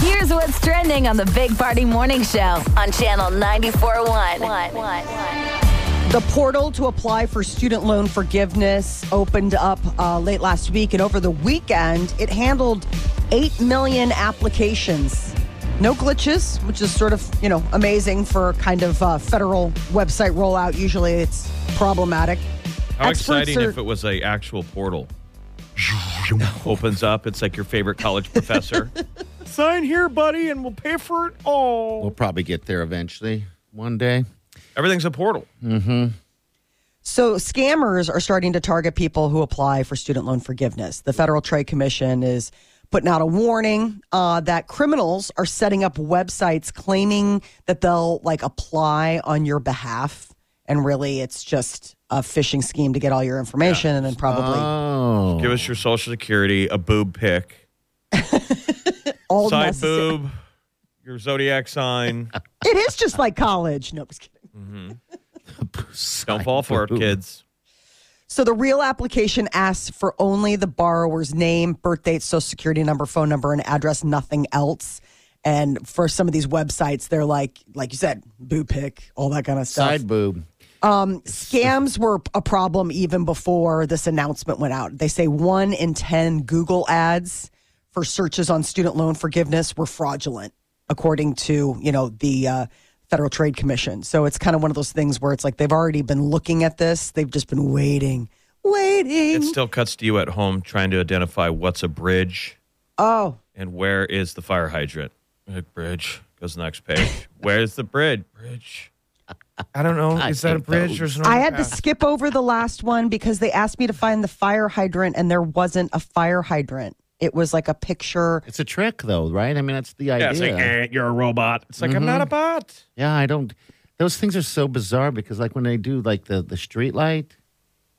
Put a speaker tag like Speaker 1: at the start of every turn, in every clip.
Speaker 1: Here's what's trending on the Big Party Morning Show on Channel 94.1.
Speaker 2: The portal to apply for student loan forgiveness opened up uh, late last week, and over the weekend, it handled 8 million applications. No glitches, which is sort of, you know, amazing for kind of uh, federal website rollout. Usually it's problematic.
Speaker 3: How
Speaker 2: Experts
Speaker 3: exciting
Speaker 2: are-
Speaker 3: if it was a actual portal. Opens up. It's like your favorite college professor. Sign here, buddy, and we'll pay for it all.
Speaker 4: We'll probably get there eventually, one day.
Speaker 3: Everything's a portal.
Speaker 2: So scammers are starting to target people who apply for student loan forgiveness. The Federal Trade Commission is putting out a warning uh, that criminals are setting up websites claiming that they'll like apply on your behalf, and really it's just a phishing scheme to get all your information and then probably
Speaker 4: Oh,
Speaker 3: Give us your social security, a boob pic,
Speaker 2: all
Speaker 3: side
Speaker 2: necessary.
Speaker 3: boob, your zodiac sign.
Speaker 2: It is just like college. No, I'm just kidding.
Speaker 3: Don't fall for it, kids.
Speaker 2: So the real application asks for only the borrower's name, birth date, social security number, phone number, and address, nothing else. And for some of these websites, they're like, like you said, boo pick, all that kind of stuff.
Speaker 4: side boob.
Speaker 2: Scams were a problem even before this announcement went out. They say one in 10 Google ads for searches on student loan forgiveness were fraudulent, according to, you know, the uh, Federal Trade Commission. So it's kind of one of those things where it's like they've already been looking at this. They've just been waiting, waiting.
Speaker 3: It still cuts to you at home trying to identify what's a bridge
Speaker 2: oh.
Speaker 3: and where is the fire hydrant. Uh, Bridge goes to the next page. Where's the bridge? Bridge. I don't know. Is that a bridge or is it
Speaker 2: I had to skip over the last one because they asked me to find the fire hydrant and there wasn't a fire hydrant. It was like a picture.
Speaker 4: It's a trick, though, right? I mean, that's the
Speaker 3: Yeah,
Speaker 4: idea.
Speaker 3: it's like, eh, you're a robot. It's like, I'm not a bot.
Speaker 4: Yeah, I don't. Those things are so bizarre because, like, when they do like the the street light.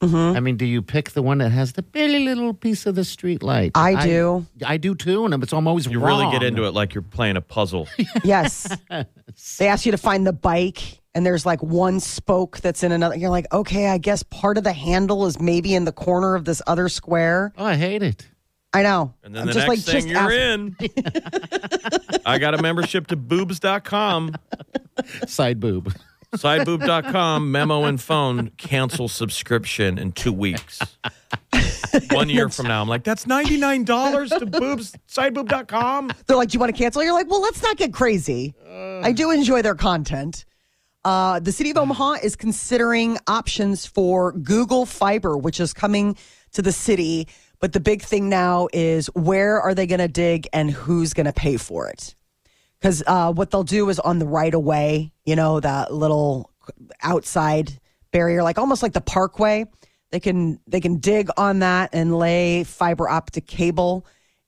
Speaker 2: Mm-hmm.
Speaker 4: I mean, do you pick the one that has the very little piece of the street light?
Speaker 2: I do.
Speaker 4: I, do too, and it's always
Speaker 3: You
Speaker 4: wrong.
Speaker 3: really get into it like you're playing a puzzle.
Speaker 2: Yes. they asked you to find the bike and there's like one spoke that's in another. You're like, okay, I guess part of the handle is maybe in the corner of this other square.
Speaker 4: Oh, I hate it.
Speaker 2: I know.
Speaker 3: And then
Speaker 2: I'm
Speaker 3: the
Speaker 2: just
Speaker 3: next
Speaker 2: like, just
Speaker 3: thing you're
Speaker 2: ask-
Speaker 3: in. I got a membership to boobs.com,
Speaker 4: Side boob.
Speaker 3: sideboob.com, memo and phone, cancel subscription in two weeks. One year from now, I'm like, that's $99 to boobs, sideboob.com.
Speaker 2: They're like, do you want to cancel? You're like, well, let's not get crazy. I do enjoy their content. Uh, the city of Omaha is considering options for Google Fiber, which is coming to the city. But the big thing now is where are they going to dig and who's going to pay for it? Because uh, what they'll do is on the right of way, you know, that little outside barrier, like almost like the parkway. They can they can dig on that and lay fiber optic cable,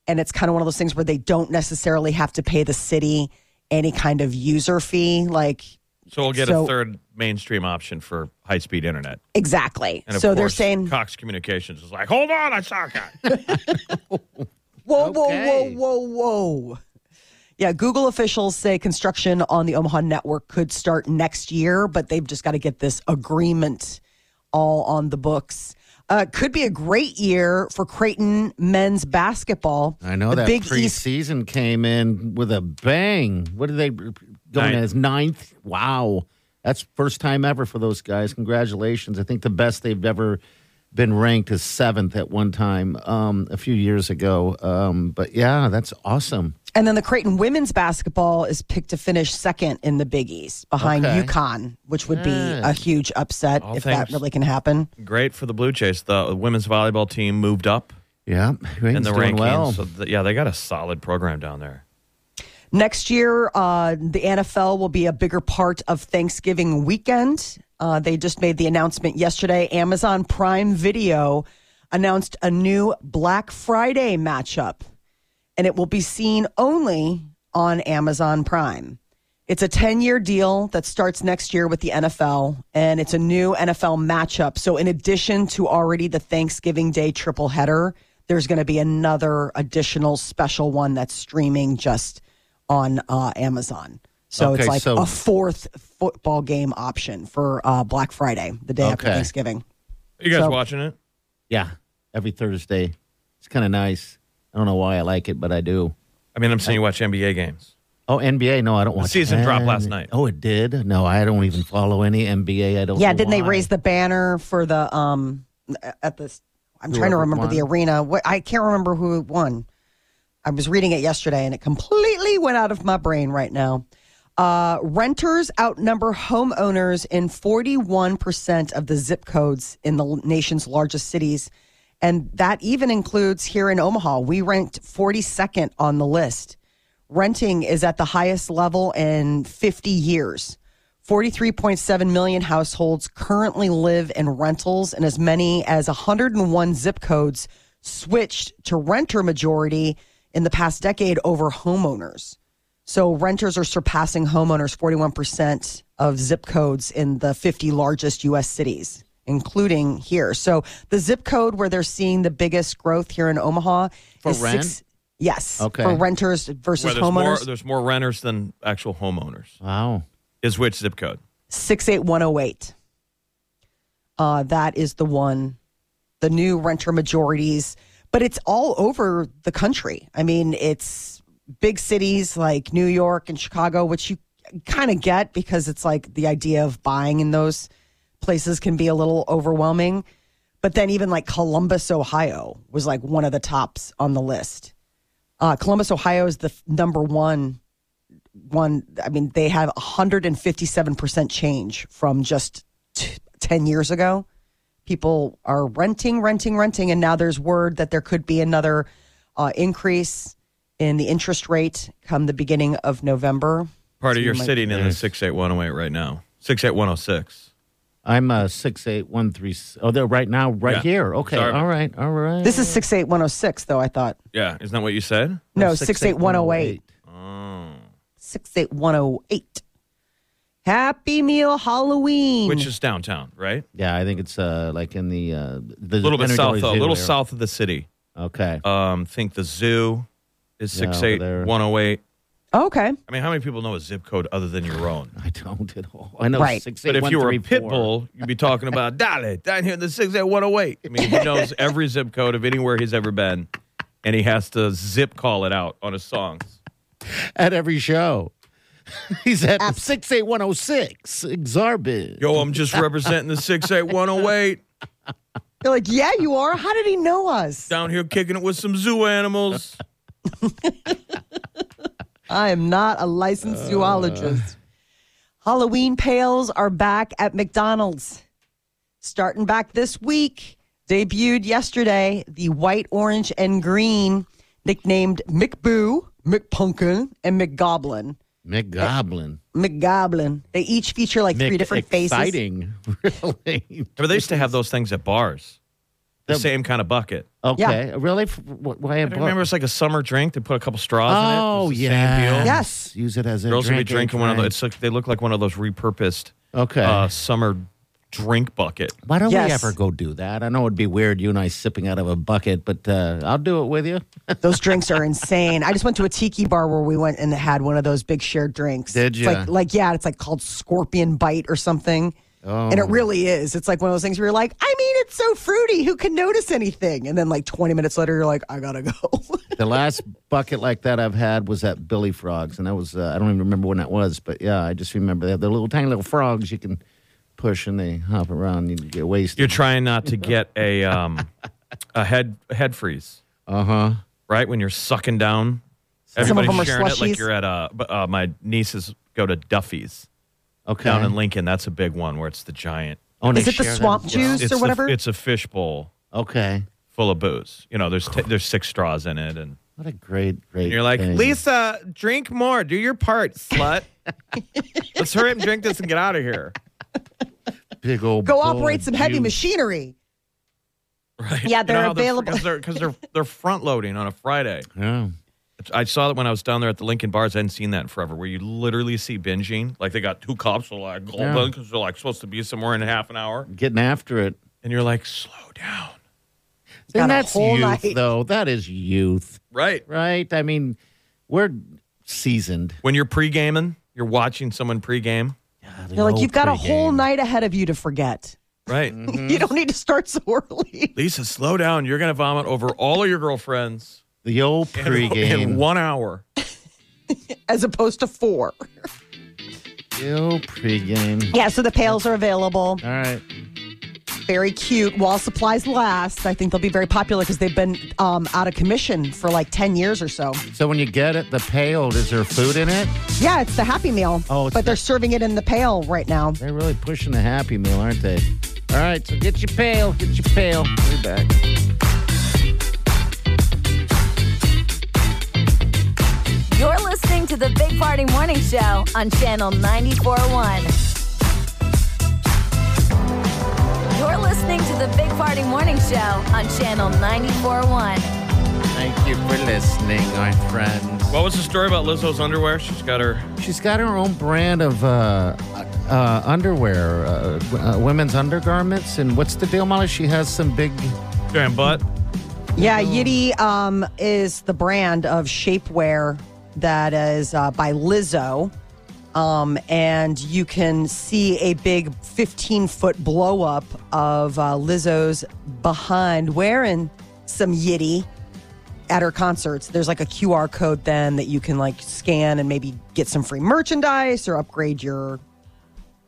Speaker 2: and it's kind of one of those things where they don't necessarily have to pay the city any kind of user fee, like
Speaker 3: So we'll get
Speaker 2: So-
Speaker 3: a third mainstream option for high speed internet.
Speaker 2: exactly.
Speaker 3: And of
Speaker 2: So they're
Speaker 3: course,
Speaker 2: saying,
Speaker 3: Cox Communications is like, hold on, I saw a guy.
Speaker 2: whoa,
Speaker 4: Okay.
Speaker 2: whoa, whoa, whoa, whoa. Yeah, Google officials say construction on the Omaha network could start next year, but they've just got to get this agreement all on the books. Uh, could be a great year for Creighton men's basketball.
Speaker 4: I know
Speaker 2: the
Speaker 4: that
Speaker 2: Big East.
Speaker 4: preseason came in with a bang. What are they going
Speaker 3: Ninth.
Speaker 4: as ninth? Wow, that's first time ever for those guys. Congratulations! I think the best they've ever been ranked is seventh at one time um, a few years ago. Um, but yeah, that's awesome.
Speaker 2: And then the Creighton women's basketball is picked to finish second in the Big East behind
Speaker 4: Okay.
Speaker 2: UConn, which would be
Speaker 4: Yeah.
Speaker 2: a huge upset
Speaker 3: All
Speaker 2: if that
Speaker 3: things-
Speaker 2: really can happen.
Speaker 3: Great for the Blue Jays. The women's volleyball team moved up
Speaker 4: Yeah,
Speaker 3: in
Speaker 4: Creighton's
Speaker 3: the
Speaker 4: doing
Speaker 3: rankings.
Speaker 4: well.
Speaker 3: So th- yeah, they got a solid program down there.
Speaker 2: Next year, uh, the NFL will be a bigger part of Thanksgiving weekend. Uh, they just made the announcement yesterday. Amazon Prime Video announced a new Black Friday matchup, and it will be seen only on Amazon Prime. It's a 10 year deal that starts next year with the NFL, and it's a new NFL matchup. So, in addition to already the Thanksgiving Day triple header, there's going to be another additional special one that's streaming just on uh, Amazon. So,
Speaker 4: Okay,
Speaker 2: it's like
Speaker 4: so-
Speaker 2: a fourth football game option for uh, Black Friday, the day after
Speaker 4: Okay.
Speaker 2: Thanksgiving.
Speaker 3: You guys
Speaker 2: So-
Speaker 3: watching it?
Speaker 4: Yeah, every Thursday. It's kind of nice. I don't know why I like it, but I do.
Speaker 3: I mean, I'm saying you watch NBA games.
Speaker 4: Oh, NBA? No, I don't watch.
Speaker 3: season dropped last
Speaker 4: any-
Speaker 3: night.
Speaker 4: Oh, it did. No, I don't even follow any NBA. I don't.
Speaker 2: Yeah,
Speaker 4: know
Speaker 2: didn't they
Speaker 4: why.
Speaker 2: raise the banner for the um at the? I'm trying to
Speaker 4: Whoever
Speaker 2: remember the
Speaker 4: won.
Speaker 2: arena. What I can't remember who won. I was reading it yesterday and it completely went out of my brain right now. Uh, renters outnumber homeowners in 41% of the zip codes in the nation's largest cities. And that even includes here in Omaha. We ranked 42nd on the list. Renting is at the highest level in 50 years. 43.7 million households currently live in rentals, and as many as 101 zip codes switched to renter majority in the past decade over homeowners. So renters are surpassing homeowners 41% of zip codes in the 50 largest U.S. cities, including here. So the zip code where they're seeing the biggest growth here in Omaha
Speaker 4: For
Speaker 2: is
Speaker 4: rent?
Speaker 2: Six, yes,
Speaker 4: Okay.
Speaker 2: for renters versus
Speaker 3: Where there's more,
Speaker 2: homeowners.
Speaker 3: there's more renters than actual homeowners.
Speaker 4: Wow.
Speaker 3: Is which zip code?
Speaker 2: 68108. Uh, that is the one, the new renter majorities, but it's all over the country. I mean, it's big cities like New York and Chicago, which you kind of get because it's like the idea of buying in those places can be a little overwhelming. But then even like Columbus, Ohio was like one of the tops on the list. Uh, Columbus, Ohio is the f- number one one i mean they have 157% change from just t- 10 years ago people are renting renting renting and now there's word that there could be another uh, increase in the interest rate come the beginning of november
Speaker 3: Part of
Speaker 2: So
Speaker 3: you're
Speaker 2: you might-
Speaker 3: sitting in the six eight one oh eight right now. Six eight one oh six.
Speaker 4: I'm uh six eight one three. Oh, they're right now, right
Speaker 3: Yeah.
Speaker 4: here. Okay.
Speaker 3: Sorry.
Speaker 4: All right. All right.
Speaker 2: this is 68106 though i thought
Speaker 3: Yeah, isn't that what you said?
Speaker 4: Oh,
Speaker 2: no 68108 68108 happy meal halloween
Speaker 3: Which is downtown, right?
Speaker 4: Yeah, I think it's uh like in the uh the
Speaker 3: A little bit
Speaker 4: Henry
Speaker 3: south,
Speaker 4: Dolly
Speaker 3: though, a
Speaker 4: Zoo
Speaker 3: little
Speaker 4: area.
Speaker 3: south of the city.
Speaker 4: Okay.
Speaker 3: Um, think the zoo is
Speaker 4: Yeah, over
Speaker 3: six eight
Speaker 4: there.
Speaker 3: one oh eight.
Speaker 2: okay
Speaker 3: I mean, how many people know a zip code other than your own?
Speaker 4: I don't at all. I know
Speaker 2: Right.
Speaker 4: six
Speaker 3: But
Speaker 4: eight
Speaker 3: if
Speaker 4: one
Speaker 3: you were a
Speaker 4: three
Speaker 3: pit bull, you'd be talking about Dolly down here in the six eight one oh eight. I mean, he knows every zip code of anywhere he's ever been, and he has to zip call it out on his songs.
Speaker 4: at every show. He's at six eight one oh six. Exarbid.
Speaker 3: Yo, I'm just representing the six eight one oh eight.
Speaker 2: you're like yeah you are how did he know us
Speaker 3: down here kicking it with some zoo animals.
Speaker 2: I am not a licensed zoologist. Halloween pails are back at McDonald's. Starting back this week, debuted yesterday, the white, orange, and green, nicknamed McBoo, McPunkin, and McGoblin.
Speaker 4: McGoblin.
Speaker 2: McGoblin. They each feature like three
Speaker 4: Mc-
Speaker 2: different faces.
Speaker 4: exciting. Really.
Speaker 3: But they used to have those things at bars, the,
Speaker 4: The-
Speaker 3: same kind of bucket.
Speaker 4: Okay. Really? F- wh- Why a
Speaker 3: I
Speaker 4: book?
Speaker 3: remember it's like a summer drink. They put a couple straws
Speaker 4: Oh
Speaker 3: in it. It was the same
Speaker 4: yeah.
Speaker 3: deal.
Speaker 2: Yes.
Speaker 4: Use it as a
Speaker 3: Girls would be
Speaker 4: drink
Speaker 3: drinking
Speaker 4: aid
Speaker 3: one of
Speaker 4: time.
Speaker 3: those. It's like, they look like one of those repurposed
Speaker 4: Okay.
Speaker 3: uh, summer drink bucket.
Speaker 4: Why don't
Speaker 2: Yes.
Speaker 4: we ever go do that? I know it'd be weird, you and I sipping out of a bucket, but uh, I'll do it with you.
Speaker 2: Those drinks are insane. I just went to a tiki bar where we went and had one of those big shared drinks.
Speaker 4: Did
Speaker 2: It's
Speaker 4: ya?
Speaker 2: Like, like, yeah, it's like called Scorpion Bite or something. And
Speaker 4: Oh.
Speaker 2: it really is. It's like one of those things where you're like, I mean, it's so fruity. Who can notice anything? And then like 20 minutes later, you're like, I gotta go.
Speaker 4: the last bucket like that I've had was at Billy Frogs, and that was uh, I don't even remember when that was, but yeah, I just remember that the little tiny little frogs you can push and they hop around and you get
Speaker 3: You're
Speaker 4: wasted.
Speaker 3: trying not to get a um, a head head freeze,
Speaker 4: Uh huh.
Speaker 3: right? When you're sucking down,
Speaker 2: of
Speaker 3: everybody's
Speaker 2: them are
Speaker 3: sharing it like
Speaker 2: slushies.
Speaker 3: you're at uh, b- uh, my nieces go to Duffy's
Speaker 4: Okay.
Speaker 3: down in Lincoln. That's a big one where it's the giant.
Speaker 4: Oh, and
Speaker 2: is
Speaker 4: they
Speaker 2: it the
Speaker 4: share that
Speaker 2: swamp
Speaker 4: as well.
Speaker 2: juice
Speaker 3: It's
Speaker 2: or
Speaker 3: a-
Speaker 2: whatever?
Speaker 3: it's a fishbowl.
Speaker 4: Okay.
Speaker 3: full of booze. You know, there's t- there's six straws in it, and
Speaker 4: What a great, great.
Speaker 3: you're like,
Speaker 4: thing.
Speaker 3: Lisa, drink more, do your part, slut. Let's hurry up and drink this and get out of here.
Speaker 4: big old
Speaker 2: go
Speaker 4: bowl
Speaker 2: operate
Speaker 4: of
Speaker 2: some heavy
Speaker 4: juice.
Speaker 2: machinery.
Speaker 3: Right?
Speaker 2: Yeah, they're available.
Speaker 3: because they're because they're, they're front loading on a Friday.
Speaker 4: Yeah.
Speaker 3: I saw that when I was down there at the Lincoln Bars. I hadn't seen that in forever, where you literally see binging. Like they got two cops, so like,
Speaker 4: Yeah.
Speaker 3: because they're like supposed to be somewhere in half an hour,
Speaker 4: Getting after it.
Speaker 3: and you're like, slow down,
Speaker 2: got a
Speaker 4: And that's
Speaker 2: whole
Speaker 4: youth,
Speaker 2: night.
Speaker 4: though. That is youth,
Speaker 3: right?
Speaker 4: right? I mean, we're seasoned.
Speaker 3: When you're pre-gaming, you're watching someone pre-game,
Speaker 2: You're like, you've got a whole night ahead of you to forget.
Speaker 3: right?
Speaker 4: Mm-hmm. Mm.
Speaker 2: You don't need to start so early.
Speaker 3: Lisa, slow down. You're gonna vomit over all of your girlfriends
Speaker 4: The old
Speaker 3: in-
Speaker 4: pregame.
Speaker 3: in one hour.
Speaker 2: As opposed to four.
Speaker 4: The old pregame.
Speaker 2: Yeah, so the pails are available.
Speaker 4: All right.
Speaker 2: Very cute. While supplies last, I think they'll be very popular because they've been um, out of commission for like 10 years or so.
Speaker 4: So when you get it, the pail, is there food in it?
Speaker 2: Yeah, it's the Happy Meal.
Speaker 4: Oh, it's
Speaker 2: but they're
Speaker 4: the-
Speaker 2: serving it in the pail right now.
Speaker 4: They're really pushing the Happy Meal, aren't they? All right, so get your pail, get your pail. We're back.
Speaker 1: You're listening to the Big Party Morning Show on Channel 941. You're listening to the Big Party Morning Show on Channel 941.
Speaker 4: Thank you for listening, my friends.
Speaker 3: What was the story about Lizzo's underwear? She's got her.
Speaker 4: She's got her own brand of uh, uh, underwear, uh, w- uh, women's undergarments. And what's the deal, Molly? She has some big.
Speaker 3: Damn butt.
Speaker 2: Yeah, Yiddy um, is the brand of shapewear that is uh, by Lizzo. Um, and you can see a big 15 foot blow up of uh, Lizzo's behind wearing some Yiddy at her concerts. There's like a QR code then that you can like scan and maybe get some free merchandise or upgrade your.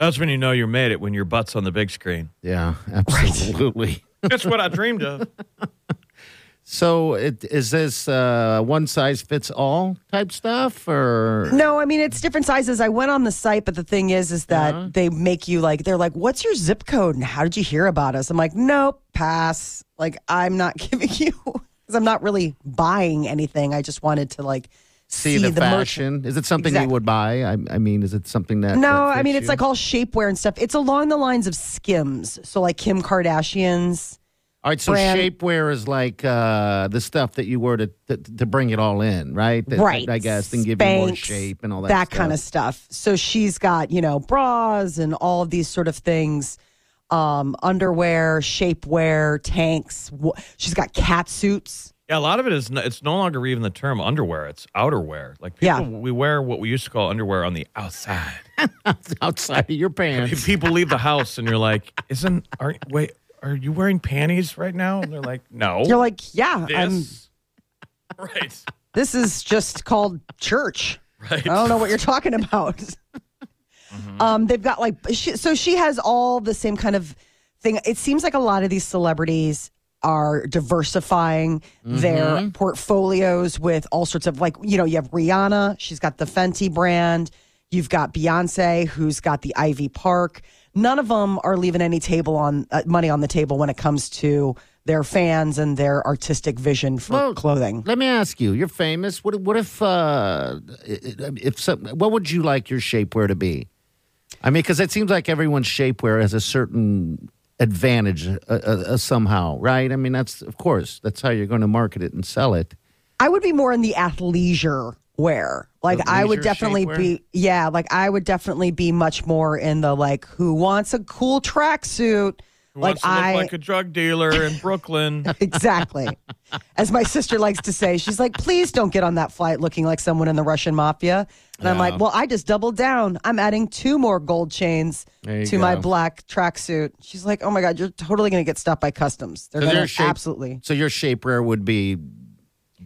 Speaker 3: That's when you know you made it when your butt's on the big screen.
Speaker 4: Yeah, absolutely.
Speaker 3: That's what I dreamed of.
Speaker 4: So it, is this uh, one size fits all type stuff, or
Speaker 2: No, I mean it's different sizes. I went on the site, but the thing is, is that
Speaker 4: Uh-huh.
Speaker 2: they make you like they're like, "What's your zip code and how did you hear about us?" I'm like, "Nope, pass." Like I'm not giving you because I'm not really buying anything. I just wanted to like
Speaker 4: see, the,
Speaker 2: merch-
Speaker 4: fashion? Is it something you
Speaker 2: Exactly.
Speaker 4: would buy? I, I mean, is it something that?
Speaker 2: No,
Speaker 4: that
Speaker 2: I mean
Speaker 4: fits
Speaker 2: it's
Speaker 4: you?
Speaker 2: like all shapewear and stuff. It's along the lines of Skims, so like Kim Kardashian's.
Speaker 4: all right. So
Speaker 2: brand-
Speaker 4: shapewear is like uh, the stuff that you wear to, to to bring it all in, right? That-
Speaker 2: right
Speaker 4: I guess and give you more
Speaker 2: Spanx,
Speaker 4: shape and all that.
Speaker 2: kind of stuff so she's got you know bras and all of these sort of things um underwear shapewear tanks Wh- she's got cat suits
Speaker 3: Yeah, a lot of it is. No, it's no longer even the term underwear. It's outerwear. Like people,
Speaker 2: Yeah.
Speaker 3: we wear what we used to call underwear on the outside.
Speaker 4: outside of your
Speaker 3: If
Speaker 4: pants.
Speaker 3: people leave the house and you're like, "Isn't are wait are you wearing panties right now?" And they're like, "No."
Speaker 4: Oh.
Speaker 2: you're like yeah I'm,
Speaker 3: this. right.
Speaker 2: this is just called church
Speaker 3: Right.
Speaker 2: I don't know what you're talking about. Um, they've got like she, so she has all the same kind of thing. It seems like a lot of these celebrities are diversifying their portfolios with all sorts of like you know you have Rihanna, she's got the Fenty brand. You've got Beyonce, who's got the Ivy Park. None of them are leaving any table on uh, money on the table when it comes to their fans and their artistic vision for
Speaker 4: Well,
Speaker 2: clothing.
Speaker 4: Let me ask you: You're famous. What what if uh, if some, what would you like your shapewear to be? I mean, because it seems like everyone's shapewear has a certain advantage uh, uh, uh, somehow, right? I mean, that's of course that's how you're going to market it and sell it.
Speaker 2: I would be more in the athleisure wear. Like
Speaker 4: The
Speaker 2: I would
Speaker 4: leisure
Speaker 2: definitely
Speaker 4: shapewear?
Speaker 2: be yeah, like I would definitely be much more in the like who wants a cool tracksuit?
Speaker 3: Who
Speaker 2: Like
Speaker 3: wants to
Speaker 2: I
Speaker 3: look like a drug dealer in Brooklyn?
Speaker 2: exactly. As my sister likes to say, she's like, "Please don't get on that flight looking like someone in the Russian mafia." And I'm like, "Well, I just doubled down. I'm adding two more gold chains
Speaker 4: There you
Speaker 2: to my
Speaker 4: go.
Speaker 2: black tracksuit." She's like, "Oh my god, you're totally going to get stopped by customs. They're
Speaker 4: So
Speaker 2: going
Speaker 4: your
Speaker 2: to
Speaker 4: shape-
Speaker 2: absolutely."
Speaker 4: So your shapewear would be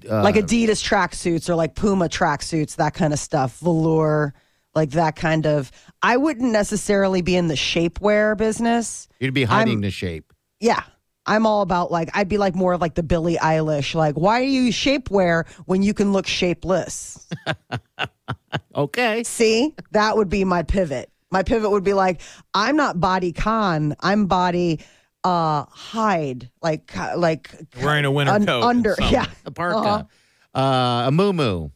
Speaker 2: like
Speaker 3: Uh,
Speaker 2: Adidas tracksuits or like Puma tracksuits, that kind of stuff, velour, like that kind of. I wouldn't necessarily be in the shapewear business.
Speaker 4: you'd be hiding the shape.
Speaker 2: Yeah. I'm all about like I'd be like more of like the Billie Eilish, like why do you shapewear when you can look shapeless?
Speaker 4: Okay,
Speaker 2: See, that would be my pivot. My pivot would be like, I'm not body con, I'm body uh hide, like like
Speaker 3: Wearing a winter
Speaker 2: un-
Speaker 3: coat. and
Speaker 2: under,
Speaker 3: something.
Speaker 2: yeah,
Speaker 4: a parka,
Speaker 3: Uh-huh.
Speaker 4: uh a moo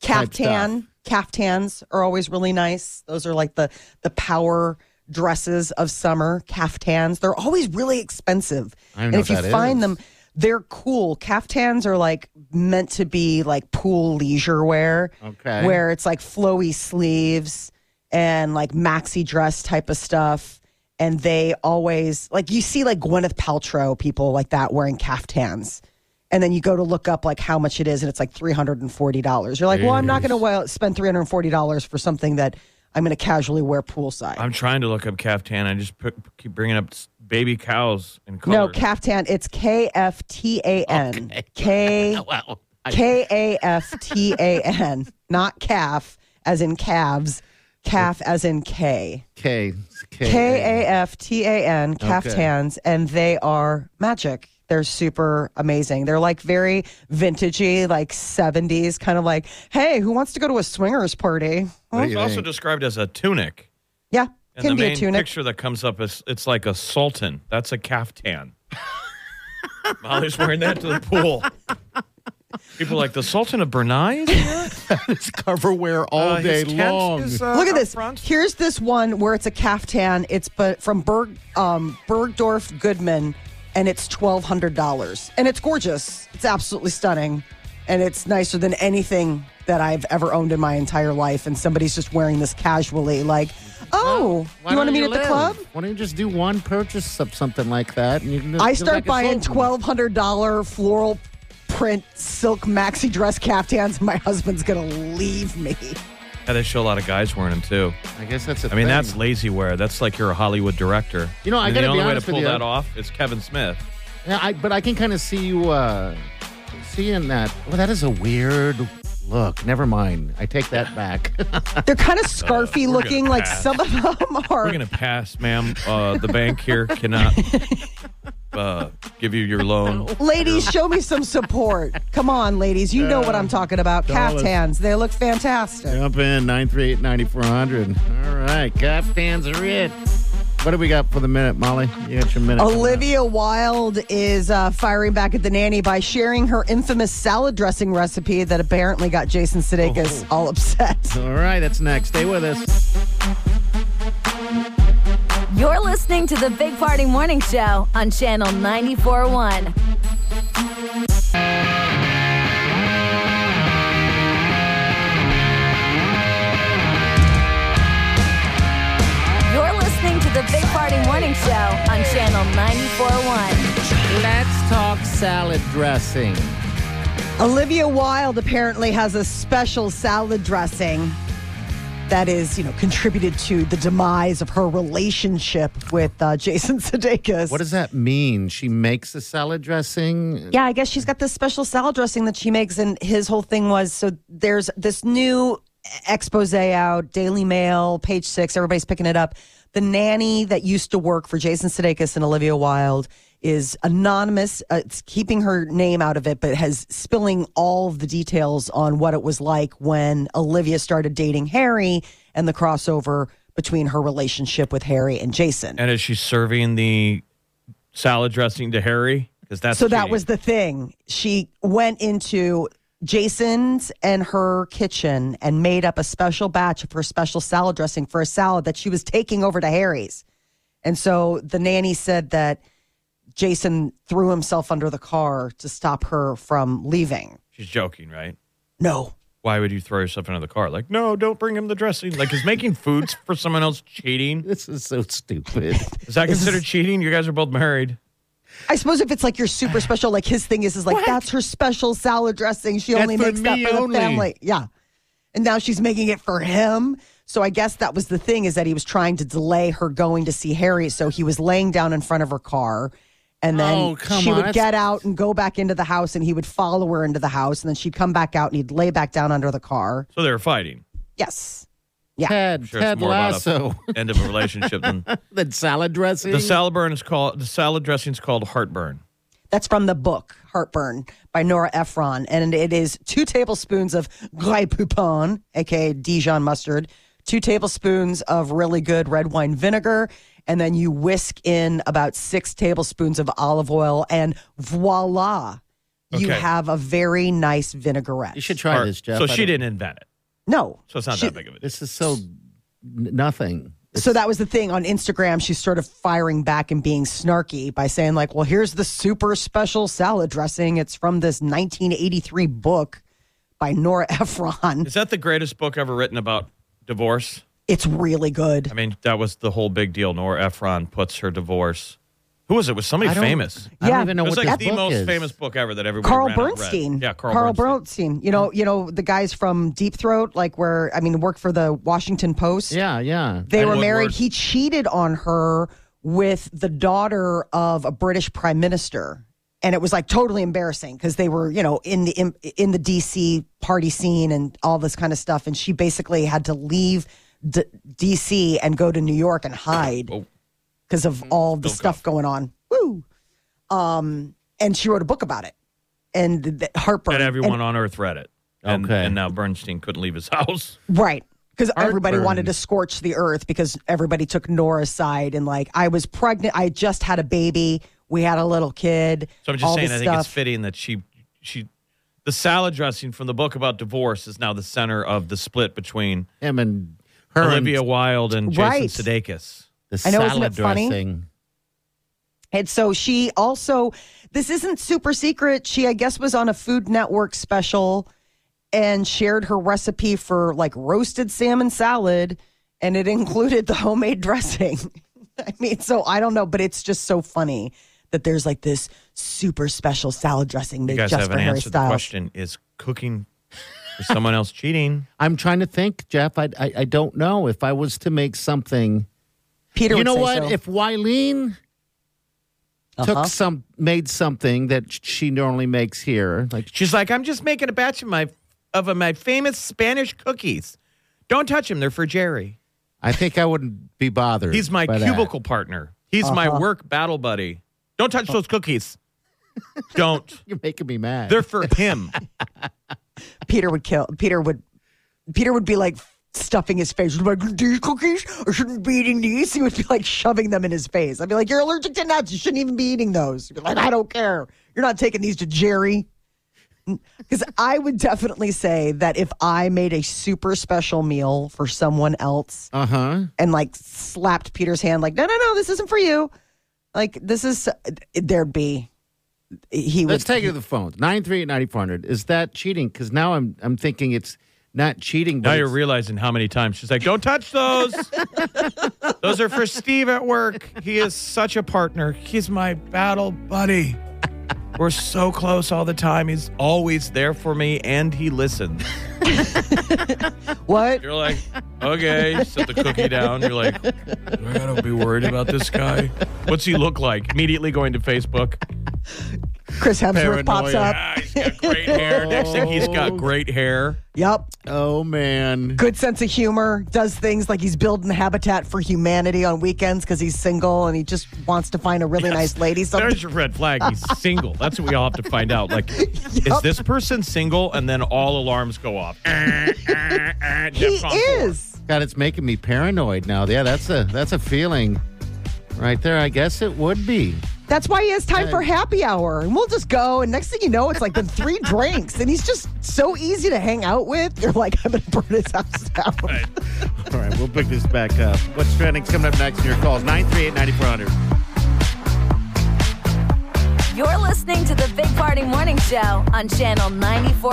Speaker 4: type
Speaker 2: caftan caftans are always really nice those are like the the power dresses of summer caftans they're always really expensive
Speaker 4: I don't
Speaker 2: and
Speaker 4: know
Speaker 2: if
Speaker 4: what
Speaker 2: you
Speaker 4: that
Speaker 2: find
Speaker 4: is.
Speaker 2: them They're cool. Caftans are like meant to be like pool leisure wear,
Speaker 4: Okay.
Speaker 2: where it's like flowy sleeves and like maxi dress type of stuff. And they always like you see like Gwyneth Paltrow people like that wearing caftans. And then you go to look up like how much it is, and it's like three hundred and forty dollars. You're like, well, I'm not going to well, spend three hundred and forty dollars for something that I'm going to casually wear poolside.
Speaker 3: I'm trying to look up caftan. I just put, keep bringing up s- baby cows and
Speaker 2: No,
Speaker 3: colors.
Speaker 2: caftan. It's K F T A N. K
Speaker 4: Wow.
Speaker 2: K A F T A N. Not calf as in calves. Calf as in K.
Speaker 4: K. K.
Speaker 2: K A F T A N. Caftans, and they are magic. They're super amazing. They're like very vintagey, like 70s, kind of like, hey, who wants to go to a swingers party?
Speaker 4: What do
Speaker 3: It's
Speaker 4: you
Speaker 3: also
Speaker 4: think?
Speaker 3: described as a tunic.
Speaker 2: Yeah,
Speaker 3: And
Speaker 2: can
Speaker 3: the
Speaker 2: be
Speaker 3: main
Speaker 2: a tunic.
Speaker 3: picture that comes up is it's like a sultan. That's a caftan. Molly's wearing that to the pool. People are like the Sultan of Brunei. is here?
Speaker 4: It's cover wear all
Speaker 3: Uh,
Speaker 4: day
Speaker 3: his tent
Speaker 4: long.
Speaker 3: is, uh,
Speaker 2: Look at
Speaker 3: up
Speaker 2: this.
Speaker 3: front.
Speaker 2: Here's this one where it's a caftan. It's but from Berg um, Bergdorf Goodman, and it's twelve hundred dollars. And it's gorgeous. It's absolutely stunning, and it's nicer than anything that I've ever owned in my entire life. And somebody's just wearing this casually, like, oh,
Speaker 4: Why
Speaker 2: you want to
Speaker 4: don't
Speaker 2: meet at the club?
Speaker 4: live? Why don't you just do one purchase of something like that? And you can just
Speaker 2: I
Speaker 4: do
Speaker 2: start
Speaker 4: like a
Speaker 2: buying
Speaker 4: sultan.
Speaker 2: twelve hundred dollar floral print silk maxi dress caftans, and my husband's gonna leave me.
Speaker 3: Yeah, they show a lot of guys wearing them too.
Speaker 4: I guess that's. A
Speaker 3: I mean,
Speaker 4: thing.
Speaker 3: that's lazy wear. That's like you're a Hollywood director.
Speaker 4: You know, I
Speaker 3: and the
Speaker 4: gotta be
Speaker 3: only way to
Speaker 4: honest with
Speaker 3: pull
Speaker 4: you.
Speaker 3: that off is Kevin Smith.
Speaker 4: Yeah, I, but I can kind of see you uh, seeing that. Well, that is a weird look. Never mind. I take that back.
Speaker 2: They're kind of scarfy
Speaker 3: gonna
Speaker 2: looking. Like
Speaker 3: pass.
Speaker 2: some of them are.
Speaker 3: We're gonna pass, ma'am. Uh, the bank here cannot uh, give you your loan.
Speaker 2: Ladies, show me some support. Come on, ladies. You know what I'm talking about.
Speaker 4: dollars.
Speaker 2: Caftans. They look fantastic.
Speaker 4: Jump in 938 9400. All right. Caftans are it. What do we got for the minute, Molly? You got your minute. coming up.
Speaker 2: Olivia Wilde is uh, firing back at the nanny by sharing her infamous salad dressing recipe that apparently got Jason Sudeikis all upset.
Speaker 4: All right. That's next. Stay with us.
Speaker 1: You're listening to the Big Party Morning Show on Channel 941. You're listening to the Big Party Morning Show on Channel 941.
Speaker 4: Let's talk salad dressing.
Speaker 2: Olivia Wilde apparently has a special salad dressing that is, you know, contributed to the demise of her relationship with uh, Jason Sudeikis.
Speaker 4: What does that mean? She makes a salad dressing?
Speaker 2: Yeah, I guess she's got this special salad dressing that she makes, and his whole thing was so there's this new expose out, Daily Mail, page six, everybody's picking it up. The nanny that used to work for Jason Sudeikis and Olivia Wilde is anonymous. Uh, it's keeping her name out of it, but has spilling all of the details on what it was like when Olivia started dating Harry and the crossover between her relationship with Harry and Jason.
Speaker 3: And is she serving the salad dressing to Harry? Because that's
Speaker 2: So that
Speaker 3: cheating.
Speaker 2: was the thing. She went into Jason's and her kitchen and made up a special batch of her special salad dressing for a salad that she was taking over to Harry's. And so the nanny said that Jason threw himself under the car to stop her from leaving.
Speaker 3: She's joking, right?
Speaker 2: No.
Speaker 3: Why would you throw yourself into the car? Like, no, don't bring him the dressing. Like, is making foods for someone else cheating?
Speaker 4: This is so stupid.
Speaker 3: Is that considered cheating? You guys are both married.
Speaker 2: I suppose if it's like your super special, like his thing is, is like that's her special salad dressing. She
Speaker 4: That's
Speaker 2: only
Speaker 4: for
Speaker 2: makes that
Speaker 4: me
Speaker 2: for the
Speaker 4: only.
Speaker 2: family. Yeah. And now she's making it for him. So I guess that was the thing is that he was trying to delay her going to see Harry. So he was laying down in front of her car. And then
Speaker 4: Oh, come
Speaker 2: she
Speaker 4: on,
Speaker 2: would
Speaker 4: that's-
Speaker 2: get out and go back into the house and he would follow her into the house. And then she'd come back out and he'd lay back down under the car.
Speaker 3: So they were fighting.
Speaker 2: Yes.
Speaker 4: Ted,
Speaker 3: Sure,
Speaker 4: Ted
Speaker 3: it's more
Speaker 4: Lasso.
Speaker 3: about a end of a relationship than
Speaker 4: the salad dressing?
Speaker 3: the salad burn is called the salad dressing is called heartburn.
Speaker 2: That's from the book Heartburn by Nora Ephron. And it is two tablespoons of Grey Poupon, aka Dijon mustard, two tablespoons of really good red wine vinegar, and then you whisk in about six tablespoons of olive oil, and voila, you
Speaker 3: Okay.
Speaker 2: have a very nice vinaigrette.
Speaker 4: You should try
Speaker 3: Heart-
Speaker 4: this, Jeff.
Speaker 3: so
Speaker 4: I
Speaker 3: she
Speaker 4: don't-
Speaker 3: didn't invent it.
Speaker 2: no.
Speaker 3: So it's not
Speaker 2: She-
Speaker 3: that big of a deal.
Speaker 4: This is so n- nothing.
Speaker 2: So that was the thing on Instagram. She's sort of firing back and being snarky by saying, like, well, here's the super special salad dressing. It's from this 1983 book by Nora Ephron.
Speaker 3: Is that the greatest book ever written about divorce?
Speaker 2: It's really good.
Speaker 3: I mean, that was the whole big deal. Nora Ephron puts her divorce. Who was it? it was somebody
Speaker 4: I don't-
Speaker 3: famous?
Speaker 4: I
Speaker 2: Yeah.
Speaker 4: don't even know
Speaker 3: it was
Speaker 4: what
Speaker 3: like
Speaker 4: this
Speaker 3: the
Speaker 4: book
Speaker 3: most
Speaker 4: is.
Speaker 3: famous book ever that everybody
Speaker 2: Carl
Speaker 3: ran out read.
Speaker 2: Bernstein.
Speaker 3: Yeah, Carl, Bernstein.
Speaker 2: Bernstein. You know, you know the guys from Deep Throat, like where I mean, worked for the Washington Post.
Speaker 4: Yeah, yeah.
Speaker 2: They
Speaker 3: Ed
Speaker 2: were married.
Speaker 3: Woodward.
Speaker 2: He cheated on her with the daughter of a British prime minister. And it was like totally embarrassing because they were, you know, in the in, in the DC party scene and all this kind of stuff. And she basically had to leave D- DC and go to New York and hide
Speaker 3: Whoa.
Speaker 2: because of all the
Speaker 3: Bill
Speaker 2: stuff going on. Woo! Um, and she wrote a book about it. And th- th- heartburn.
Speaker 3: And everyone on earth read it. And,
Speaker 4: Okay.
Speaker 3: and now Bernstein couldn't leave his house.
Speaker 2: Right. Because everybody
Speaker 4: Heartburn.
Speaker 2: wanted to scorch the earth because everybody took Nora's side and like I was pregnant, I just had a baby, we had a little kid.
Speaker 3: So I'm just
Speaker 2: all
Speaker 3: saying,
Speaker 2: this
Speaker 3: I think it's
Speaker 2: stuff.
Speaker 3: fitting that she she the salad dressing from the book about divorce is now the center of the split between
Speaker 4: Him and her and
Speaker 3: Olivia Wilde and Jason
Speaker 2: Right.
Speaker 3: Sudeikis.
Speaker 4: the
Speaker 2: I know, isn't
Speaker 4: salad
Speaker 2: it funny?
Speaker 4: dressing.
Speaker 2: And so she also, this isn't super secret. She, I guess, was on a Food Network special and shared her recipe for like roasted salmon salad, and it included the homemade dressing. I mean, so I don't know, but it's just so funny that there's like this super special salad dressing
Speaker 3: You
Speaker 2: made
Speaker 3: guys
Speaker 2: just for
Speaker 3: haven't
Speaker 2: Harry
Speaker 3: answered the
Speaker 2: Styles.
Speaker 3: question: Is cooking is someone else cheating?
Speaker 4: I'm trying to think, Jeff. I, I I don't know if I was to make something.
Speaker 2: Peter,
Speaker 4: you
Speaker 2: would
Speaker 4: know
Speaker 2: say
Speaker 4: what?
Speaker 2: so.
Speaker 4: If Wileen
Speaker 2: Uh-huh.
Speaker 4: took some, made something that she normally makes here, like
Speaker 3: She's like, I'm just making a batch of my of my famous Spanish cookies. Don't touch them; they're for Jerry.
Speaker 4: I think I wouldn't be bothered.
Speaker 3: He's my
Speaker 4: by that.
Speaker 3: cubicle partner. He's
Speaker 2: Uh-huh.
Speaker 3: my work battle buddy. Don't touch those cookies. Don't.
Speaker 4: You're making me mad.
Speaker 3: They're for him.
Speaker 2: Peter would kill. Peter would. Peter would be like stuffing his face. Like these cookies, I shouldn't be eating these. He would be like shoving them in his face. I'd be like, "You're allergic to nuts. You shouldn't even be eating those." You'd be like, "I don't care. You're not taking these to Jerry." Because I would definitely say that if I made a super special meal for someone else
Speaker 4: uh huh.
Speaker 2: and like slapped Peter's hand, like, "No, no, no, this isn't for you." Like this is uh, there'd be he
Speaker 4: Let's
Speaker 2: would
Speaker 4: take it to the phones. Nine three eight ninety four hundred. Is that cheating? Because now I'm I'm thinking it's not cheating. But
Speaker 3: Now you're
Speaker 4: it's-
Speaker 3: realizing how many times she's like, "Don't touch those. those are for Steve at work. He is such a partner. He's my battle buddy. We're so close all the time. He's always there for me, and he listens."
Speaker 2: what?
Speaker 3: You're like, okay, you set the cookie down. You're like, do I gotta be worried about this guy? What's he look like? Immediately going to Facebook.
Speaker 2: Chris Hemsworth pops
Speaker 4: Paranoia.
Speaker 2: up.
Speaker 3: Ah, he's got great hair. Next thing, he's got great hair.
Speaker 2: Yep.
Speaker 4: Oh man.
Speaker 2: good sense of humor, does things like he's building Habitat for Humanity on weekends because he's single and he just wants to find a really nice lady. So
Speaker 3: There's your red flag. He's single. That's what we all have to find out. Like, is this person single? And then all alarms go off.
Speaker 2: he is.
Speaker 4: God, it's making me paranoid now. Yeah, that's a that's a feeling, right there. I guess it would be.
Speaker 2: That's why he has time for happy hour. And we'll just go. And next thing you know, it's like been three drinks. And he's just so easy to hang out with. You're like, I'm going to burn his house down.
Speaker 4: All right, we'll pick this back up. What's trending coming up next in your calls? Nine three eight ninety four hundred.
Speaker 1: You're listening to the Big Party Morning Show on Channel 94.1.